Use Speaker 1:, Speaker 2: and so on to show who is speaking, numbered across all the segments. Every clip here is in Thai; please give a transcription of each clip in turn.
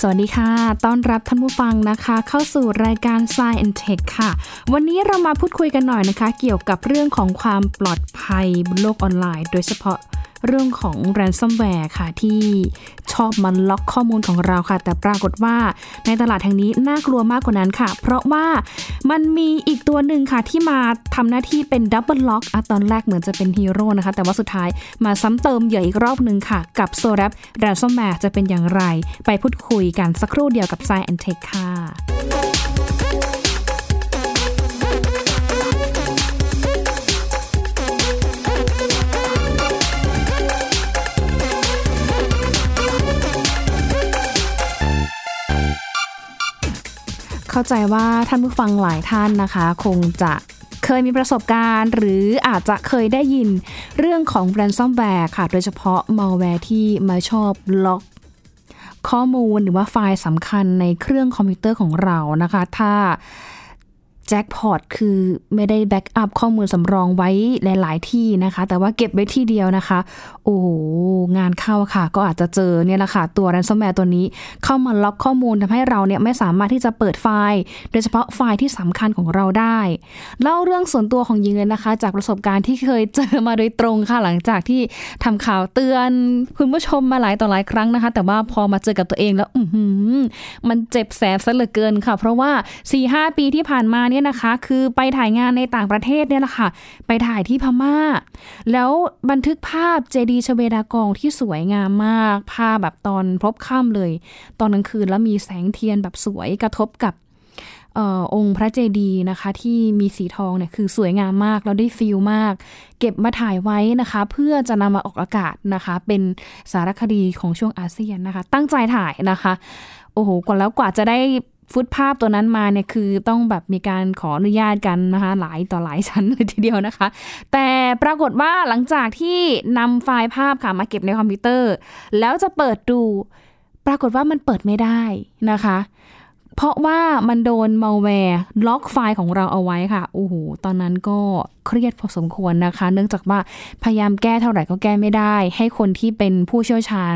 Speaker 1: สวัสดีค่ะ ต้อนรับท่านผู้ฟังนะคะ เข้าสู่รายการ Science and Tech ค่ะ วันนี้เรามาพูดคุยกันหน่อยนะคะ เกี่ยวกับเรื่องของความปลอดภัยบนโลกออนไลน์ โดยเฉพาะเรื่องของ ransomware ค่ะ ที่ชอบมันล็อกข้อมูลของเราค่ะ แต่ปรากฏว่าในตลาดแห่งนี้น่ากลัวมากกว่านั้นค่ะ เพราะว่ามันมีอีกตัวหนึ่งค่ะที่มาทำหน้าที่เป็น double lock อะตอนแรกเหมือนจะเป็นฮีโร่นะคะ แต่ว่าสุดท้ายมาซ้ำเติมเหยื่ออีกรอบหนึ่งค่ะ กับ s o r a p ransomware จะเป็นอย่างไร ไปพูดคุยกันสักครู่เดียวกับ Science and Tech ค่ะ เข้าใจว่าท่านผู้ฟังหลายท่านนะคะ คงจะเคยมีประสบการณ์ หรืออาจจะเคยได้ยินเรื่องของ ransomware ค่ะ โดยเฉพาะ malware ที่มาชอบล็อกข้อมูลหรือว่าไฟล์สำคัญในเครื่องคอมพิวเตอร์ของเรานะคะ ถ้าแจ็คพอตคือไม่ได้แบ็กอัพข้อมูลสำรองไว้หลาย ๆ ที่นะคะ แต่ว่าเก็บไว้ที่เดียวนะคะ โอ้โห งานเข้าค่ะ ก็อาจจะเจอเนี่ยแหละค่ะ ตัว ransomware ตัวนี้ เข้ามาล็อกข้อมูลทำให้เราเนี่ยไม่สามารถที่จะเปิดไฟล์ โดยเฉพาะไฟล์ที่สำคัญของเราได้ เล่าเรื่องส่วนตัวของหญิงเลยนะคะ จากประสบการณ์ที่เคยเจอมาโดยตรงค่ะ หลังจากที่ทำข่าวเตือนคุณผู้ชมมาหลายต่อหลายครั้งนะคะ แต่ว่าพอมาเจอกับตัวเองแล้ว อือหือ มันเจ็บแสบซะเหลือเกินค่ะ เพราะว่า 4-5 ปีที่ผ่านมาเนี่ยนะคะ คือไปถ่ายงานในต่างประเทศเนี่ยแหละค่ะ ไปถ่ายที่พม่า แล้วบันทึกภาพเจดีย์ชเวดากองที่สวยงามมาก ภาพแบบตอนพบค่ำเลย ตอนกลางคืนแล้วมีแสงเทียนแบบสวยกระทบกับเออองค์พระเจดีย์นะคะ ที่มีสีทองเนี่ยคือสวยงามมากแล้วได้ฟิลมาก เก็บมาถ่ายไว้นะคะ เพื่อจะนำมาออกอากาศนะคะ เป็นสารคดีของช่วงอาเซียนนะคะ ตั้งใจถ่ายนะคะ โอ้โหกว่าแล้วกว่าจะได้ฟุตภาพตัวนั้นมาเนี่ยคือต้องแบบมีการขออนุญาตกันนะคะ หลายต่อหลายชั้นเลยทีเดียวนะคะ แต่ปรากฏว่าหลังจากที่นำไฟล์ภาพค่ะมาเก็บในคอมพิวเตอร์ แล้วจะเปิดดู ปรากฏว่ามันเปิดไม่ได้นะคะ เพราะว่ามันโดน malware ล็อกไฟล์ของเราเอาไว้ค่ะ โอ้โห ตอนนั้นก็เครียดพอสมควรนะคะ เนื่องจากว่าพยายามแก้เท่าไหร่ก็แก้ไม่ได้ ให้คนที่เป็นผู้เชี่ยวชาญ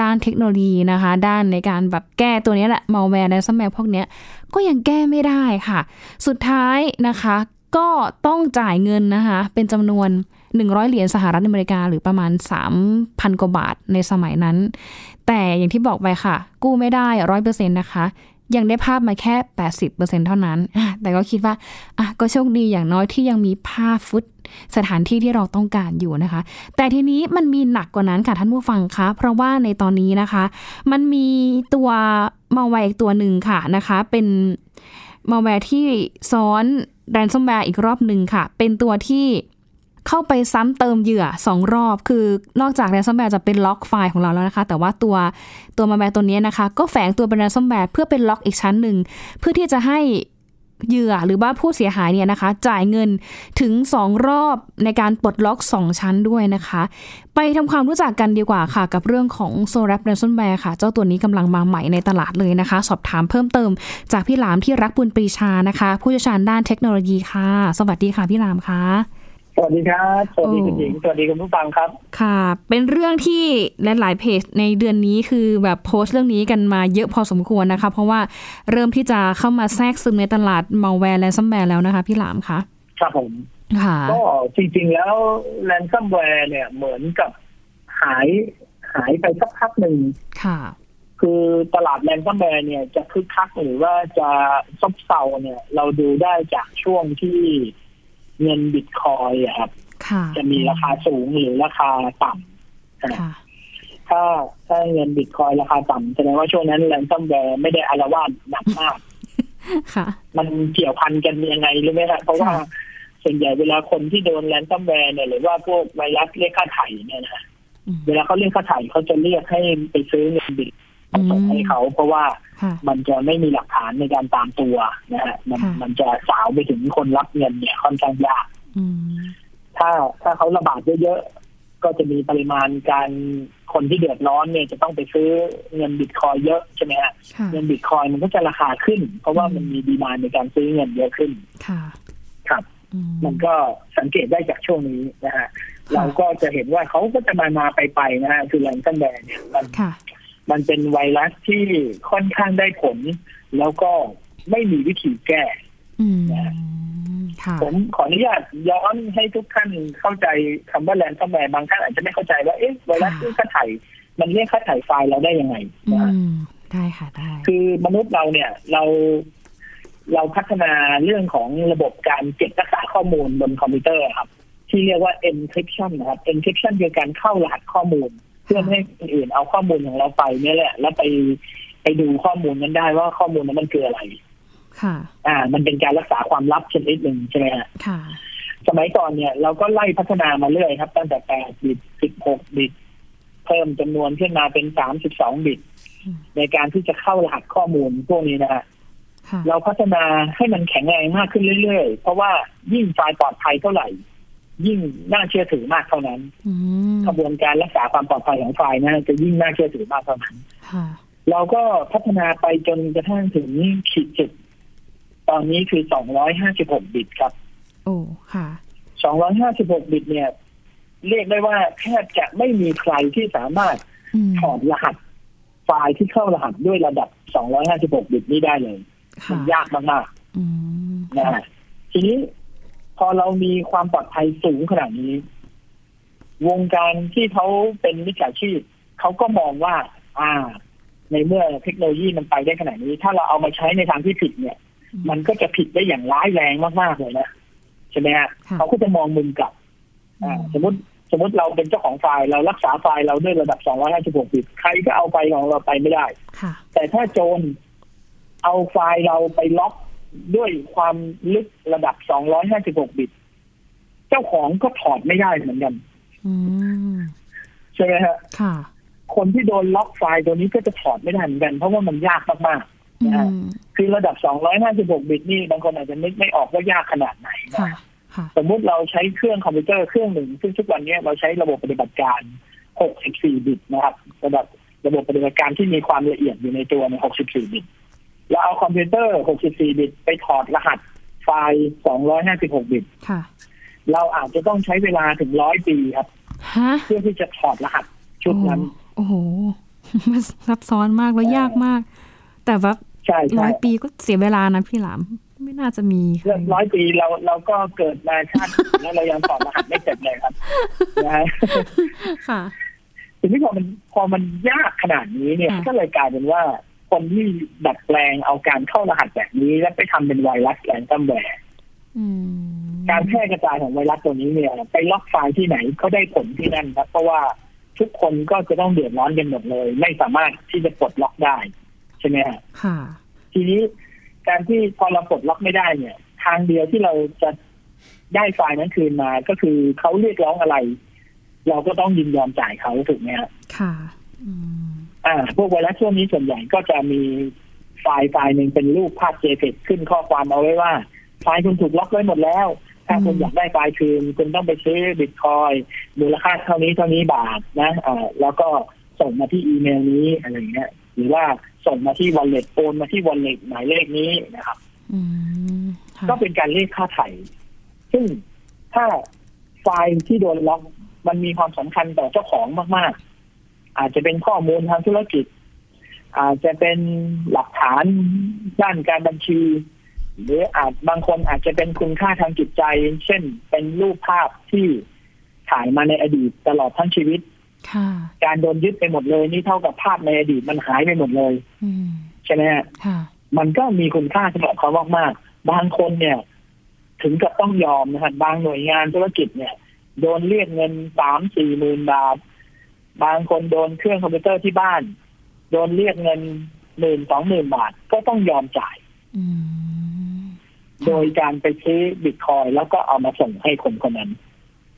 Speaker 1: ด้านเทคโนโลยีนะคะ ด้านในการแบบแก้ตัวเนี้ยแหละ malware และ ransomware พวกเนี้ย ก็ยังแก้ไม่ได้ค่ะ สุดท้ายนะคะ ก็ต้องจ่ายเงินนะคะ เป็นจำนวน 100 เหรียญสหรัฐอเมริกา หรือประมาณ 3,000 กว่าบาทในสมัยนั้น แต่อย่างที่บอกไปค่ะ กู้ไม่ได้ร้อยเปอร์เซ็นต์นะคะ ยังได้ภาพมาแค่ 80%เท่านั้น อ่ะแต่ก็คิดว่าอ่ะก็โชคดีอย่างน้อยที่ยังมีภาพฟุต สถานที่ที่เราต้องการอยู่นะคะ แต่ทีนี้มันมีหนักกว่านั้นค่ะท่านผู้ฟังคะ เพราะว่าในตอนนี้นะคะ มันมีตัวมาแวร์อีกตัวหนึ่งค่ะนะคะ เป็นมาแวร์ที่ซ้อน ransomware อีกรอบหนึ่งค่ะ เป็นตัวที่ เข้าไปซ้ำเติมเหยื่อ 2 รอบ คือนอกจาก ransomware จะเป็นล็อกไฟล์ของเราแล้วนะคะ แต่ว่าตัวตัวมาแวร์ตัวเนี้ยนะคะ ก็แฝงตัวเป็น ransomware เพื่อเป็นล็อกอีกชั้นหนึ่ง เพื่อที่จะให้เหยื่อหรือว่าผู้เสียหายเนี่ยนะคะ จ่ายเงินถึง 2 รอบในการปลดล็อก 2 ชั้นด้วยนะคะ ไปทำความรู้จักกันดีกว่าค่ะ กับเรื่องของ s o r a p ransomware ค่ะ เจ้าตัวนี้กำลังมาใหม่ในตลาดเลยนะคะ สอบถามเพิ่มเติมจากพี่หลามที่รักบุญปรีชานะคะ ผู้เชี่ยวชาญด้านเทคโนโลยีค่ะ สวัสดีค่ะพี่หลามค่ะ
Speaker 2: สวัสดีครับ สวัสดีคุณ
Speaker 1: โอ้
Speaker 2: หญิง สวัสดีคุณผู้ฟังครับ
Speaker 1: ค่ะ เป็นเรื่องที่หลาย ๆ เพจในเดือนนี้คือแบบโพสต์เรื่องนี้กันมาเยอะพอสมควรนะคะ เพราะว่าเริ่มที่จะเข้ามาแทรกซึมในตลาด malware และ ransomware แล้วนะคะ พี่หลามคะ
Speaker 2: ครับผม
Speaker 1: ค่ะ
Speaker 2: ก็จริงๆ แล้วแ a นซัมแวร์เนี่ยเหมือนกับหายหายไปสักพักหนึ่ง
Speaker 1: ค่ะ
Speaker 2: คือตลาดแ a นซัมแวร์เนี่ยจะคึกคักหรือว่าจะซบเซาเนี่ย เราดูได้จากช่วงที่เงินบิตคอยน์อะครับ
Speaker 1: ค่ะ
Speaker 2: จะมีราคาสูงหรือราคาต่ำนะ
Speaker 1: ค่ะ
Speaker 2: ถ้าถ้าเงินบิตคอยน์ราคาต่ำแสดงว่าช่วงนั้นแ a นซัมแวร์ไม่ได้อารวาสหนักมาก
Speaker 1: ค่ะ
Speaker 2: มันเกี่ยวพันกันยังไงรู้ไหมครับเพราะว่า
Speaker 1: ค่ะ
Speaker 2: ส่วนใหญ่เวลาคนที่โดนแรนซัมแวร์เนี่ยหรือว่าพวกไวรัสเรียกค่าไถ่เนี่ยนะ
Speaker 1: อืม
Speaker 2: เวลาเขาเรียกค่าไถ่เขาจะเรียกให้ไปซื้อเงินบิตมาส่งให้เขา เพราะว่า
Speaker 1: ค่ะ
Speaker 2: มันจะไม่มีหลักฐานในการตามตัวนะฮะมัน
Speaker 1: ค่ะ
Speaker 2: มันจะสาวไปถึงคนรับเงินเนี่ยค่อนข้างยาก
Speaker 1: อืม
Speaker 2: ถ้าถ้าเขาระบาดเยอะๆก็จะมีปริมาณการคนที่เดือดร้อนเนี่ยจะต้องไปซื้อเงินบิตคอยน์เยอะใช่ไหมฮะ
Speaker 1: ค่ะ
Speaker 2: เงินบิตคอยน์มันก็จะราคาขึ้น เพราะว่ามันมีดีมานในการซื้อเงินเยอะขึ้น
Speaker 1: ค่ะ
Speaker 2: ครับ
Speaker 1: อื
Speaker 2: มันก็สังเกตได้จากช่วงนี้นะฮะ
Speaker 1: ค่ะ
Speaker 2: เราก็จะเห็นว่าเขาก็จะมามาไปไปๆนะฮะคือแลนซันแดนเนี่ยมัน
Speaker 1: ค่ะ
Speaker 2: มันเป็นไวรัสที่ค่อนข้างได้ผล แล้วก็ไม่มีวิธีแก้
Speaker 1: อืมค่ะ
Speaker 2: ผมขออนุญาตย้อนให้ทุกท่านเข้าใจคำว่าแลนด์ซัมแวร์บางท่านอาจจะไม่เข้าใจว่าเอ๊ะไวรัสที่ค่าถ่ายมันเรียกค่าถ่ายไฟล์เราได้ยังไง
Speaker 1: อื
Speaker 2: นะฮะ
Speaker 1: มได้ค่ะได้
Speaker 2: คือมนุษย์เราเนี่ยเราเราพัฒนาเรื่องของระบบการเก็บรักษาข้อมูลบนคอมพิวเตอร์ครับ ที่เรียกว่า encryption นะครับ encryption คือการเข้ารหัสข้อมูล เพื่อไม่ให้คนอื่นเอาข้อมูลของเราไปเนี่ยแหละ แล้วไปไปดูข้อมูลนั้นได้ว่าข้อมูลนั้นมันคืออะไร
Speaker 1: ค่ะ
Speaker 2: อ่า มันเป็นการรักษาความลับชนิดหนึ่งใช่ไหมฮะ
Speaker 1: ค่ะ
Speaker 2: สมัยก่อนเนี่ยเราก็ไล่พัฒนามาเรื่อยครับ ตั้งแต่ 8 บิต 16 บิต เพิ่มจำนวนขึ้นมาเป็น 32 บิต
Speaker 1: อืม
Speaker 2: ในการที่จะเข้ารหัสข้อมูลพวกนี้นะฮะ
Speaker 1: ค่ะ
Speaker 2: เราพัฒนาให้มันแข็งแรงมากขึ้นเรื่อยๆ เพราะว่ายิ่งไฟล์ปลอดภัยเท่าไหร่ ยิ่งน่าเชื่อถือมากเท่านั้น
Speaker 1: อืม
Speaker 2: กระบวนการรักษาความปลอดภัยของไฟล์นะจะยิ่งน่าเชื่อถือมากเท่านั้น
Speaker 1: ค่ะ
Speaker 2: เราก็พัฒนาไปจนกระทั่งถึงขีดจุด ตอนนี้คือ 256 บิตครับ
Speaker 1: โอ้ค่ะ
Speaker 2: 256 บิตเนี่ย เรียกได้ว่าแทบจะไม่มีใครที่สามารถ
Speaker 1: อืม
Speaker 2: ถอดรหัส ไฟล์ที่เข้ารหัสด้วยระดับ 256 บิตนี้ได้เลยมั
Speaker 1: ค่ะ
Speaker 2: นยากมากๆ
Speaker 1: อืม
Speaker 2: นะฮะทีนี้พอเรามีความปลอดภัยสูงขนาดนี้ วงการที่เขาเป็นมิจฉาชีพเขาก็มองว่า อ่า ในเมื่อเทคโนโลยีมันไปได้ขนาดนี้ ถ้าเราเอามาใช้ในทางที่ผิดเนี่ย มันก็จะผิดได้อย่างร้ายแรงมากๆเลยนะใช่ไหมฮะ
Speaker 1: ค่ะ
Speaker 2: เขาก็จะมองมุมกลับ อ่า สมมติสมมติเราเป็นเจ้าของไฟล์เรารักษาไฟล์เราด้วยระดับ 256บิตใครก็เอาไฟล์ของเราไปไม่ได้
Speaker 1: ค่ะ
Speaker 2: แต่ถ้าโจรเอาไฟล์เราไปล็อกด้วยความลึกระดับ 256 บิต เจ้าของก็ถอดไม่ได้เหมือนกัน
Speaker 1: อืม
Speaker 2: ใช่ไหมฮะ
Speaker 1: ค่ะ
Speaker 2: คนที่โดนล็อกไฟล์ตัวนี้ก็จะถอดไม่ได้เหมือนกัน เพราะว่ามันยากมาก
Speaker 1: อื
Speaker 2: นะฮะ
Speaker 1: ม
Speaker 2: ๆ คือระดับ 256 บิตนี่บางคนอาจจะนึกไม่ออกว่ายากขนาดไหนนะ
Speaker 1: ค่ะค่ะ
Speaker 2: สมมุติเราใช้เครื่องคอมพิวเตอร์เครื่องหนึ่ง ซึ่งทุกวันนี้เราใช้ระบบปฏิบัติการ 64 บิตนะครับระดับระบบปฏิบัติการที่มีความละเอียดอยู่ในตัวใน 64 บิต แล้วเอาคอมพิวเตอร์ 64 บิต ไปถอดรหัสไฟล์ 256 บิต
Speaker 1: ค่ะ
Speaker 2: เราอาจจะต้องใช้เวลาถึงร้อยปีครับ
Speaker 1: ฮะ
Speaker 2: เพื่อที่จะถอดรหัสชุดนั้น
Speaker 1: โอ้โห มันซับซ้อนมากแล้ว
Speaker 2: เออ
Speaker 1: ยากมาก แต่ว่า
Speaker 2: ใช่
Speaker 1: ร้
Speaker 2: ใช่
Speaker 1: อยปีก็เสียเวลานะพี่หลาม ไม่น่าจะมีใคร
Speaker 2: เรื่องร้อยปีเราเราก็เกิดมาชาติ แล้วเรายังถอดรหัสไม่เสร็จเลยครับนะฮะ
Speaker 1: ค่ะ
Speaker 2: ทีนี้พอมันพอมันยากขนาดนี้เนี่ย
Speaker 1: ค่ะ
Speaker 2: ก็เลยกลายเป็นว่า คนที่ดัดแปลงเอาการเข้ารหัสแบบนี้ แล้วไปทำเป็นไวรัสแอนตัมแวร์
Speaker 1: อืม
Speaker 2: การแพร่กระจายของไวรัสตัวนี้เนี่ย ไปล็อกไฟล์ที่ไหนก็ได้ผลที่นั่นครับ เพราะว่าทุกคนก็จะต้องเดือดร้อนกันหมดเลย ไม่สามารถที่จะปลดล็อกได้ ใช่ไหมฮะ
Speaker 1: ค่ะ
Speaker 2: ทีนี้การที่พอเราปลดล็อกไม่ได้เนี่ย ทางเดียวที่เราจะได้ไฟล์นั้นคืนมา ก็คือเขาเรียกร้องอะไร เราก็ต้องยินยอมจ่ายเขาถูกไหมฮะ
Speaker 1: ค่ะ อืม
Speaker 2: อ่าพวกไวรัสช่วงนี้ส่วนใหญ่ก็จะมีไฟล์ไฟล์หนึ่งเป็นรูปภาพ JPEG ขึ้นข้อความเอาไว้ว่า ไฟล์คุณถูกล็อกไว้หมดแล้ว ถ้าคุณ
Speaker 1: อืม
Speaker 2: อยากได้ไฟล์คืน คุณต้องไปซื้อบิตคอยมูลค่าเท่านี้เท่านี้บาทนะอ่าแล้วก็ส่งมาที่อีเมลนี้อะไรอย่างเงี้ยหรือว่าส่งมาที่วอลเล็ตโอนมาที่วอลเล็ตหมายเลขนี้นะครับ
Speaker 1: อืมค่ะ
Speaker 2: ก็เป็นการเรียกค่าไถ่ซึ่งถ้าไฟล์ที่โดนล็อกมันมีความสำคัญต่อเจ้าของมาก ๆ อาจจะเป็นข้อมูลทางธุรกิจ อาจจะเป็นหลักฐานด้านการบัญชี หรืออาจบางคนอาจจะเป็นคุณค่าทางจิตใจ เช่น เป็นรูปภาพที่ถ่ายมาในอดีตตลอดทั้งชีวิต
Speaker 1: ค่ะ
Speaker 2: การโดนยึดไปหมดเลยนี่เท่ากับภาพในอดีตมันหายไปหมดเลย
Speaker 1: อืม
Speaker 2: ใช่ไหมฮะ
Speaker 1: ค่ะ
Speaker 2: มันก็มีคุณค่าสำหรับเขามากๆ บางคนเนี่ย ถึงกับต้องยอมนะครับบางหน่วยงานธุรกิจเนี่ย โดนเรียกเงินสามสี่หมื่นบาท บางคนโดนเครื่องคอมพิวเตอร์ที่บ้าน โดนเรียกเงินหมื่นสองหมื่นบาท ก็ต้องยอมจ่าย
Speaker 1: อืม
Speaker 2: โดยการไปซื้อบิตคอยน์แล้วก็เอามาส่งให้คนคนนั้น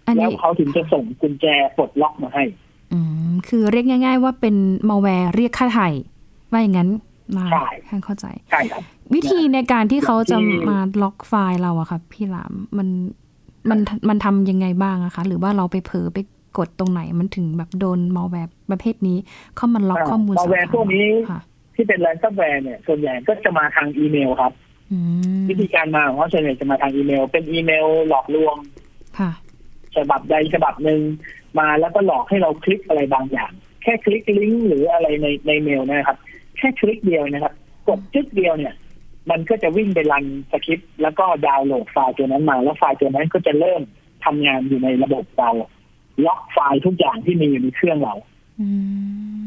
Speaker 1: อัน
Speaker 2: แล้ว
Speaker 1: นี้
Speaker 2: เขาถึงจะส่งกุญแจปลดล็อกมาให้
Speaker 1: อืม คือเรียกง่าย ๆ ว่าเป็นมาแวร์เรียกค่าไถ่ว่าอย่างนั้นมา
Speaker 2: ใช่
Speaker 1: ค่ะเข้าใจ
Speaker 2: ใช่ครับ
Speaker 1: วิธีในการที่เขาจะ
Speaker 2: อย่างที่
Speaker 1: มาล็อกไฟล์เราอะค่ะพี่หลามมันมันมันทำยังไงบ้างอะคะ หรือว่าเราไปเผลอไปกดตรงไหนมันถึงแบบโดนมอลแวร์ประเภทนี้ เข้ามันล็อกข้อมูล
Speaker 2: มา
Speaker 1: สำ
Speaker 2: แว
Speaker 1: คัญ
Speaker 2: ร์พวกนี้
Speaker 1: ค่ะ
Speaker 2: ที่เป็นแรนซัมแวร์เนี่ย ส่วนใหญ่ก็จะมาทางอีเมลครับ
Speaker 1: อืม
Speaker 2: วิธีการมาของเขาส่วนใหญ่จะมาทางอีเมล เป็นอีเมลหลอกลวง
Speaker 1: ค่ะ
Speaker 2: ฉบับใดฉบับหนึ่งมาแล้วก็หลอกให้เราคลิกอะไรบางอย่าง แค ค่คลิกลิงก์หรืออะไรในในเมลนะครับ แค่คลิกเดียวนะครับ กดจึ๊กเดียวเนี่ย มันก็จะวิ่งไปรันสคริปต์แล้วก็ดาวน์โหลดไฟล์ตัวนั้นมา แล้วไฟล์ตัวนั้นก็จะเริ่มทำงานอยู่ในระบบเราล็อกไฟล์ทุกอย่างที่มีอยู่ในเครื่องเรา
Speaker 1: อืม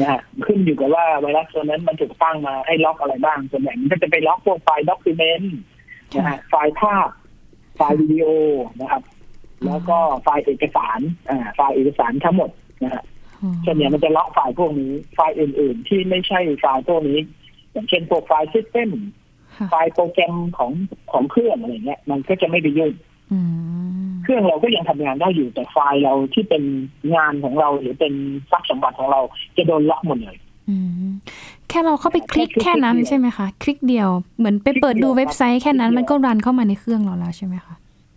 Speaker 2: นะฮะขึ้นอยู่กับว่าไวรัสตัวนั้นมันถูกตั้งมาให้ล็อกอะไรบ้างส่วนใหญ่มันก็จะไปล็อกพวกไฟล์ด็อกิเมนต์นะฮะไฟล์ภาพ ไฟล์วิดีโอนะครับ แล้วก็ไฟล์เอกสารอ่าไฟล์เอกสารทั้งหมดนะฮะส่วนใหญ่มันจะล็อกไฟล์พวกนี้ไฟล์อื่น ๆ ที่ไม่ใช่ไฟล์พวกนี้ อย่างเช่นพวกไฟล์ซิสเต็ม
Speaker 1: ค่ะ
Speaker 2: ไฟล์โปรแกรมของของเครื่องอะไรเงี้ย มันก็จะไม่ไปยุ่ง
Speaker 1: อืม
Speaker 2: เครื่องเราก็ยังทำงานได้อยู่แต่ไฟล์เราที่เป็นงานของเรา หรือเป็นทรัพย์สมบัติของเราจะโดนล็อกหมดเลย
Speaker 1: อืมแค่เราเข้าไปคลิก
Speaker 2: แค่คลิก
Speaker 1: แค่นั้น
Speaker 2: เดียว
Speaker 1: ใช่ไหมคะคลิกเดียวเหมือนไปเปิด
Speaker 2: คลิกเดี
Speaker 1: ดู
Speaker 2: ยวครับ
Speaker 1: เว็บไซต์แค่นั้น
Speaker 2: คลิกเดี
Speaker 1: มั
Speaker 2: ยว
Speaker 1: นก็รันเข้ามาในเครื่องเราแล้วใช่ไหมคะ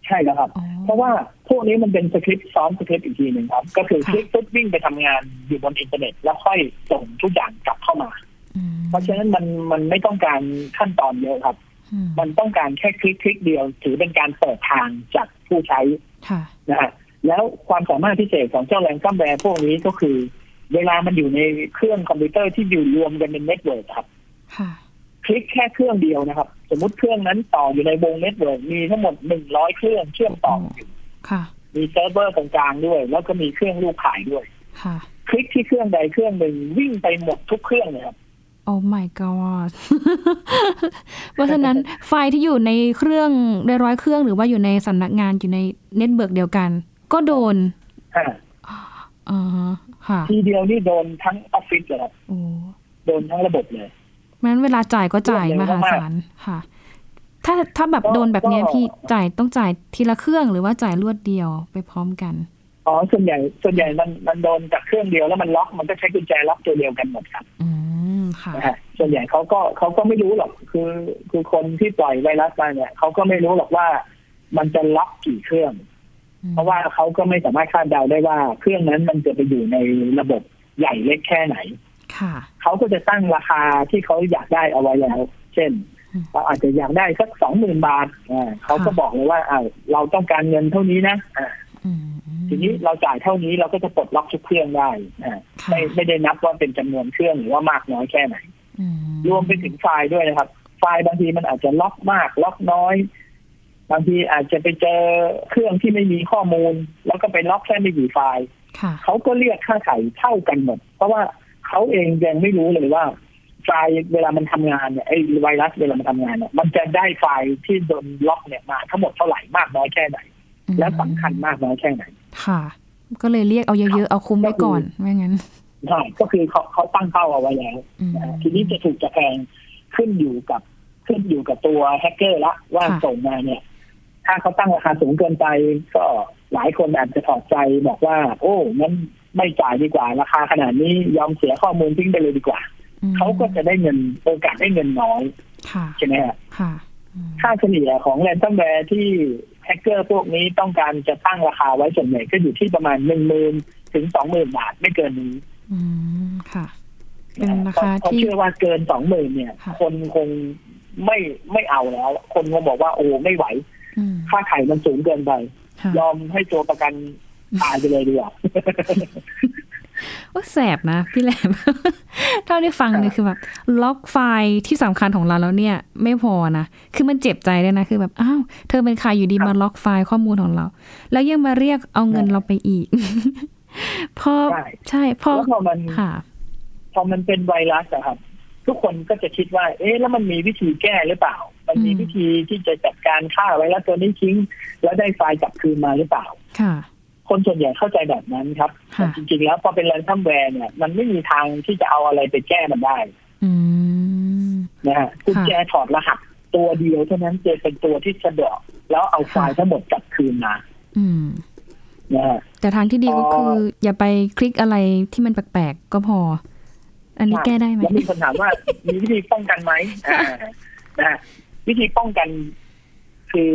Speaker 2: ใช่แล้วครับ
Speaker 1: อ๋อ
Speaker 2: เพราะว่าพวกนี้มันเป็นสคริปต์ซ้อนสคริปต์อีกทีหนึ่งครับ ก็คือ
Speaker 1: ค่ะ
Speaker 2: คลิกปุ๊บวิ่งไปทำงานอยู่บนอินเทอร์เน็ต แล้วค่อยส่งทุกอย่างกลับเข้ามา
Speaker 1: อืม
Speaker 2: เพราะฉะนั้นมันมันไม่ต้องการขั้นตอนเยอะครับ
Speaker 1: อืม
Speaker 2: มันต้องการแค่คลิกคลิกเดียว ถือเป็นการเปิดทางจากผู้ใช้
Speaker 1: ค่ะ
Speaker 2: นะฮะแล้วความสามารถพิเศษของเจ้าแรงซัมแวร์พวกนี้ก็คือ เวลามันอยู่ในเครื่องคอมพิวเตอร์ที่อยู่รวมกันเป็นเน็ตเวิร์กครับ
Speaker 1: ค่ะ
Speaker 2: คลิกแค่เครื่องเดียวนะครับ สมมติเครื่องนั้นต่ออยู่ในวงเน็ตเวิร์กมีทั้งหมดหนึ่งร้อยเครื่องเชื่อมต่ออยู่
Speaker 1: ค่ะ
Speaker 2: มีเซิร์ฟเวอร์ตรงกลางด้วย แล้วก็มีเครื่องลูกขายด้วย
Speaker 1: ค่ะ
Speaker 2: คลิกที่เครื่องใดเครื่องหนึ่งวิ่งไปหมดทุกเครื่องเลยครับ
Speaker 1: โอ้ my god เพราะฉะนั้นไฟล์ที่อยู่ในเครื่องในร้อยเครื่องหรือว่าอยู่ในสำนักงานอยู่ในเน็ตเบิร์กเดียวกัน ก็โดน
Speaker 2: อ่า
Speaker 1: อ่าฮะค่ะ
Speaker 2: ทีเดียวนี่โดนทั้งออฟฟิศเลยครับ
Speaker 1: โอ้
Speaker 2: โดนทั้งระบบเลย
Speaker 1: งั้นเวลาจ่ายก็จ่าย
Speaker 2: รวดเร็
Speaker 1: มหาม
Speaker 2: วาก
Speaker 1: ศาลค่ะ ถ้าถ้าแบบ
Speaker 2: ก็
Speaker 1: โดนแบบเนี้ย
Speaker 2: ก็
Speaker 1: พี่จ่ายต้องจ่ายทีละเครื่องหรือว่าจ่ายรวดเดียวไปพร้อมกัน
Speaker 2: อ๋อส่วนใหญ่ส่วนใหญ่มันมันโดนจากเครื่องเดียวแล้วมันล็อกมันก็ใช้กุญแจล็อกตัวเดียวกันหมดครับ
Speaker 1: อืมค่ะ
Speaker 2: นะฮะส่วนใหญ่เขาก็เขาก็ไม่รู้หรอกคือคือคนที่ปล่อยไวรัสมาเนี่ยเขาก็ไม่รู้หรอกว่า มันจะล็อกกี่เครื่อง เพราะว่าเขาก็ไม่สามารถคาดเดาได้ว่า เครื่องนั้นมันจะไปอยู่ในระบบใหญ่เล็กแค่ไหน
Speaker 1: ค่ะ
Speaker 2: เขาก็จะตั้งราคาที่เขาอยากได้เอาไว้แล้ว เช่น
Speaker 1: อืม
Speaker 2: เราอาจจะอยากได้สักสองหมื่นบาทอ่าเขาก็
Speaker 1: ค่ะ
Speaker 2: บอกเลยว่าอ้าวเราต้องการเงินเท่านี้นะอ่า
Speaker 1: อืม
Speaker 2: ทีนี้เราจ่ายเท่านี้เราก็จะปลดล็อกทุกเครื่องได้อ่า
Speaker 1: ค่ะ
Speaker 2: ไม่ไม่ได้นับว่าเป็นจำนวนเครื่องหรือว่ามากน้อยแค่ไหน
Speaker 1: อื
Speaker 2: รวมไปถึงไฟล์ด้วยนะครับ ไฟล์บางทีมันอาจจะล็อกมาก ล็อกน้อย บางทีอาจจะไปเจอเครื่องที่ไม่มีข้อมูล แล้วก็ไปล็อกแค่ไม่กี่ไฟล์
Speaker 1: ค่ะ
Speaker 2: เขาก็เรียกค่าไถ่เท่ากันหมด เพราะว่าเขาเองยังไม่รู้เลยว่าไฟล์เวลามันทำงานเนี่ยไอ้ไวรัสเวลามันทำงานเนี่ยมันจะได้ไฟล์ที่โดนล็อกเนี่ยมาทั้งหมดเท่าไหร่มากน้อยแค่ไหน และสำคัญมากน้อยแค่ไหน
Speaker 1: ค่ะ ก็เลยเรียกเอาเยอะๆ เอาคุ้มไว้ก่อน ไม่งั้น
Speaker 2: ใช่ก็คือเขาเขาตั้งเป้าเอาไว้แล้ว
Speaker 1: อืม
Speaker 2: นะฮะทีนี้จะถูกจะแพงขึ้นอยู่กับขึ้นอยู่กับตัวแฮกเกอร์ละว่า
Speaker 1: ค่ะ
Speaker 2: ส่งมาเนี่ย ถ้าเขาตั้งราคาสูงเกินไป ก็หลายคนอาจจะถอดใจบอกว่า โอ้งั้นไม่จ่ายดีกว่า ราคาขนาดนี้ยอมเสียข้อมูลทิ้งไปเลยดีกว่า
Speaker 1: อืม
Speaker 2: เขาก็จะได้เงินโอกาสได้เงินน้อย
Speaker 1: ค่ะ
Speaker 2: ใช่ไหมฮะ
Speaker 1: ค่ะอืม
Speaker 2: ค่าเฉลี่ยของแรนซัมแวร์ที่แฮกเกอร์พวกนี้ต้องการจะตั้งราคาไว้ส่วนใหญ่ก็อยู่ที่ประมาณหนึ่งหมื่นถึงสองหมื่นบาทไม่เกินนี้
Speaker 1: อืมค่ะเป็
Speaker 2: นะฮะ
Speaker 1: นราคา
Speaker 2: เพราะ
Speaker 1: ที่
Speaker 2: เชื่อว่าเกินสองหมื่นเนี่ย
Speaker 1: ค่ะ
Speaker 2: คนคงไม่ไม่เอาแล้ว คนคงบอกว่าโอ้ไม่ไหว
Speaker 1: อืม
Speaker 2: ค่าไข่มันสูงเกินไป
Speaker 1: ค่ะ
Speaker 2: ยอมให้ตัวประกันตายไปเลยดีกว่า
Speaker 1: โอ้แสบนะ พี่แหลม เท่าที่ฟังเนี่ยคือแบบล็อกไฟล์ที่สำคัญของเราแล้วเนี่ย ไม่พอนะ คือมันเจ็บใจด้วยนะ คือแบบอ้าวเธอเป็นใครอยู่ดี
Speaker 2: ครับ
Speaker 1: มาล็อกไฟล์ข้อมูลของเรา แล้วยังมาเรียกเอาเงิน
Speaker 2: ใช่
Speaker 1: เราไปอีก พอ
Speaker 2: ใช่
Speaker 1: ใช่พอ
Speaker 2: แล้วพอมัน
Speaker 1: ค่ะ
Speaker 2: พอมันเป็นไวรัสอะครับ ทุกคนก็จะคิดว่า เอ๊ะแล้วมันมีวิธีแก้หรือเปล่า มันมี
Speaker 1: อืม
Speaker 2: วิธีที่จะจัดการฆ่าไวรัสตัวนี้ทิ้ง แล้วได้ไฟล์กลับคืนมาหรือเปล่า
Speaker 1: ค่ะ
Speaker 2: คนส่วนใหญ่เข้าใจแบบนั้นครับ
Speaker 1: ค่ะ
Speaker 2: แต่จริงๆแล้วพอเป็นแรนซัมแวร์เนี่ยมันไม่มีทางที่จะเอาอะไรไปแก้มันได้
Speaker 1: อืม
Speaker 2: นะฮะกุญแจถอดรหัสตัวเดียวเท่านั้นจะเป็นตัวที่สะดวกแล้วเอาไฟล์ทั้งหมดกลับคืนมา
Speaker 1: อืม
Speaker 2: นะฮะ
Speaker 1: แต่ทางที่ดีก็คือออย่าไปคลิกอะไรที่มันแปลกๆก็พอ อันนี้
Speaker 2: ค่ะ
Speaker 1: แก้ได้ไหม
Speaker 2: แล้วมีคนถาม ว่า มีวิธีป้องกันไหมอ่านะฮะวิธีป้องกัน คือ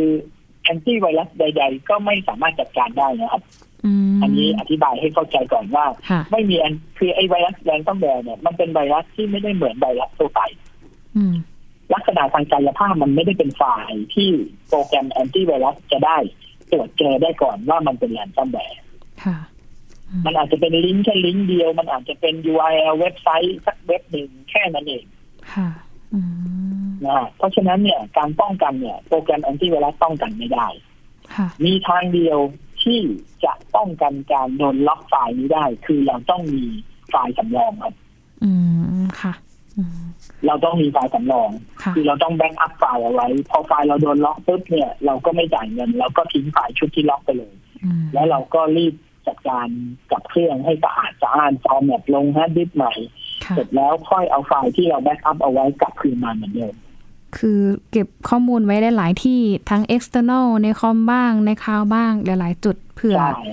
Speaker 2: แอนตี้ไวรัสใด ๆ ก็ไม่สามารถจัดการได้นะครับ
Speaker 1: อืม
Speaker 2: อันนี้อธิบายให้เข้าใจก่อนว่า
Speaker 1: ค่ะ
Speaker 2: ไม่มีอันคือไอ้ไวรัสแรงต้องแดงเนี่ยมันเป็นไวรัสที่ไม่ได้เหมือนไวรัสทั่วไป
Speaker 1: อืม
Speaker 2: ลักษณะทางกายภาพมันไม่ได้เป็นไฟล์ที่โปรแกรมแอนตี้ไวรัสจะได้ตรวจเจอได้ก่อนว่ามันเป็นแรนซัมแวร์
Speaker 1: ค่ะ
Speaker 2: มันอาจจะเป็นลิงก์แค่ลิงก์เดียว มันอาจจะเป็น URL เว็บไซต์สักเว็บหนึ่งแค่นั้นเอง
Speaker 1: ค่ะอืม
Speaker 2: นะเพราะฉะนั้นเนี่ยการป้องกันเนี่ยโปรแกรมแอนตี้ไวรัสป้องกันไม่ได้
Speaker 1: ค่ะ
Speaker 2: มีทางเดียวที่จะป้องกันการโดนล็อกไฟล์นี้ได้ คือเราต้องมีไฟล์สำรองครับ
Speaker 1: อืมค่ะ อืม
Speaker 2: เราต้องมีไฟล์สำรอง
Speaker 1: ค่ะ
Speaker 2: คือเราต้องแบ็กอัพไฟล์เอาไว้ พอไฟล์เราโดนล็อกปุ๊บเนี่ย เราก็ไม่จ่ายเงินเราก็ทิ้งไฟล์ชุดที่ล็อกไปเลย
Speaker 1: อืม
Speaker 2: แล้วเราก็รีบจัดการกับเครื่องให้สะอาดสะอ้านฟอร์แมตลงฮาร์ดดิสก์ใหม่
Speaker 1: ค่ะ
Speaker 2: เสร็จแล้วค่อยเอาไฟล์ที่เราแบ็กอัพเอาไว้กลับคืนมาเหมือนเดิม
Speaker 1: คือเก็บข้อมูลไว้หลาย ๆ ที่ทั้ง external ในคอมบ้างในคลาวบ้างหลาย ๆ จุดเผื่อ
Speaker 2: ใช่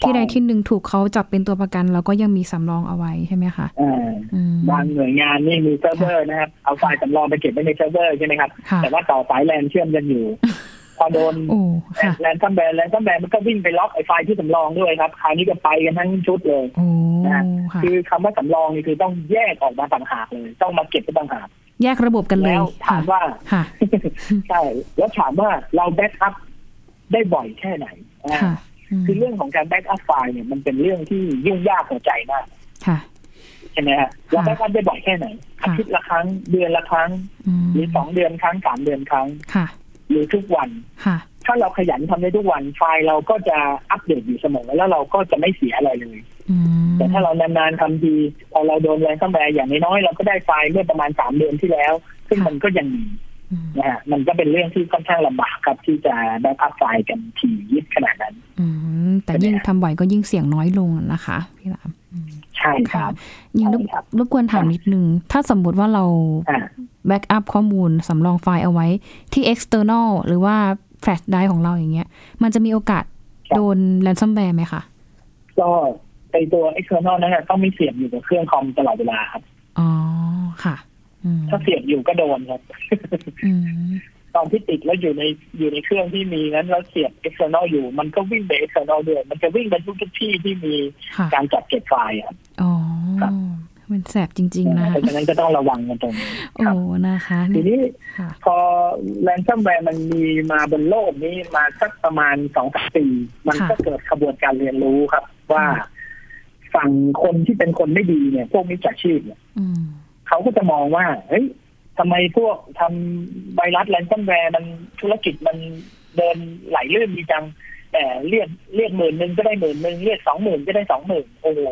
Speaker 1: ที่ใดที่หนึ่งถูกเขาจับเป็นตัวประกัน เราก็ยังมีสำรองเอาไว้ใช่ไหมคะ
Speaker 2: เออ
Speaker 1: อืม
Speaker 2: บางหน่วยงานนี่มีเซิร์ฟเวอร์นะครับ เอาไฟล์สำรองไปเก็บไว้ในเซิร์ฟเวอร์ใช่ไหมครับ
Speaker 1: ค่ะ
Speaker 2: แต่ว่าต่อสายแลนเชื่อมกันอยู่ พอโดน
Speaker 1: โอ้ค่ะ
Speaker 2: แลนซัมแบนแลนซัมแบนมันก็วิ่งไปล็อกไอ้ไฟล์ที่สำรองด้วยครับคราวนี้ก็ไปกันทั้งชุดเลย
Speaker 1: โอ้ค่ะ
Speaker 2: คือคำว่าสำรองนี่คือต้องแยกออกมาต่างหากเลย ต้องมาเก็บไว้ต่างหาก
Speaker 1: แยกระบบกันเล
Speaker 2: แล้
Speaker 1: ยว
Speaker 2: ถา
Speaker 1: ค่ะ
Speaker 2: มว่า
Speaker 1: ค่ะ
Speaker 2: ใช่แล้วถามว่าเราแบ็กอัพได้บ่อยแค่ไหนอ่า
Speaker 1: ค่ะอืม
Speaker 2: คือเรื่องของการแบ็กอัพไฟล์เนี่ยมันเป็นเรื่องที่ยุ่งยากหัวใจมาก
Speaker 1: ค่ะ
Speaker 2: ใช่ไหมฮะเราแบ็กอัพได้บ่อยแค่ไหนอา
Speaker 1: ค่ะ
Speaker 2: ทิตย์ละครั้งเดือนละครั้ง
Speaker 1: ม
Speaker 2: หรือสองเดือนครั้งสามเดือนครั้ง
Speaker 1: ค่ะ
Speaker 2: หรือทุกวัน
Speaker 1: ค่ะ
Speaker 2: ถ้าเราขยันทำได้ทุกวันไฟล์เราก็จะอัปเดตอยู่เสมอแล้วเราก็จะไม่เสียอะไรเลย
Speaker 1: อืม
Speaker 2: แต่ถ้าเรานานๆทำทีพอเราโดนแรงข้ามแรงอย่างน้อยๆเราก็ได้ไฟล์เมื่อประมาณสามเดือนที่แล้ว ซึ่งมันก็ยังมี
Speaker 1: อืม
Speaker 2: นะฮะมันก็เป็นเรื่องที่ค่อนข้างลำบากครับที่จะได้อัพไฟล์กันทียิบขนาดนั้น
Speaker 1: อืมแต่ยิ่งทำบ่อยก็ยิ่งเสี่ยงน้อยลงนะคะพี่หลามอืม
Speaker 2: ใช่ครั
Speaker 1: ค่ะ
Speaker 2: บ
Speaker 1: ยิ่งรบ
Speaker 2: ใช่ครับ
Speaker 1: รบกวนถามนิดนึง ถ้าสมมุติว่าเรา
Speaker 2: อ่า
Speaker 1: แบ็กอัพข้อมูลสำรองไฟล์เอาไว้ที่ external หรือว่าแฟลชไดร์ของเราอย่างเงี้ย มันจะมีโอกาสโดนแ a นซัมแ a r e ไหมคะ
Speaker 2: ก็ในตัว external นั้นนะต้องไม่เสียบอยู่กับเครื่องคอมตลอดเวลาครับ
Speaker 1: อ๋อ ค่ะอืม
Speaker 2: ถ้าเสียบอยู่ก็โดนครับ
Speaker 1: อืม
Speaker 2: ตอนที่ติดแล้วอยู่ในอยู่ในเครื่องที่มีนั้นแล้วเสียบ external อยู่ มันก็วิ่งไป external ด้วยมันจะวิ่งไปทุกๆที่ที่มี
Speaker 1: ค่ะ
Speaker 2: การจัดเก็บไฟล์ครับ
Speaker 1: อ๋อ มันแสบจริง ๆ นะ
Speaker 2: เพราะฉะนั้นก็ต้องระวังกันตรงนี้
Speaker 1: โอ้นะคะ
Speaker 2: ที
Speaker 1: นี่
Speaker 2: นี้
Speaker 1: ค่ะ
Speaker 2: พอแ a นซัมแวร์มันมีมาบนโลกนี้มาสักประมาณสองสามปีมันก็
Speaker 1: ค่ะ
Speaker 2: เกิดขบวนการเรียนรู้ครับ ว่าฝั่งคนที่เป็นคนไม่ดีเนี่ย พวกมิจฉาชีพเนี่ย
Speaker 1: อืม
Speaker 2: เขาก็จะมองว่าเฮ้ยทำไมพวกทำไวรัสแ a นซัมแวร์มันธุรกิจมันเดินไหลลื่นดีจัง แต่เรียกเรียกหมื่นหนึ่งก็ได้หมื่นหนึ่งเรียกสองหมื่นก็ได้สองหมื่นโอ้โห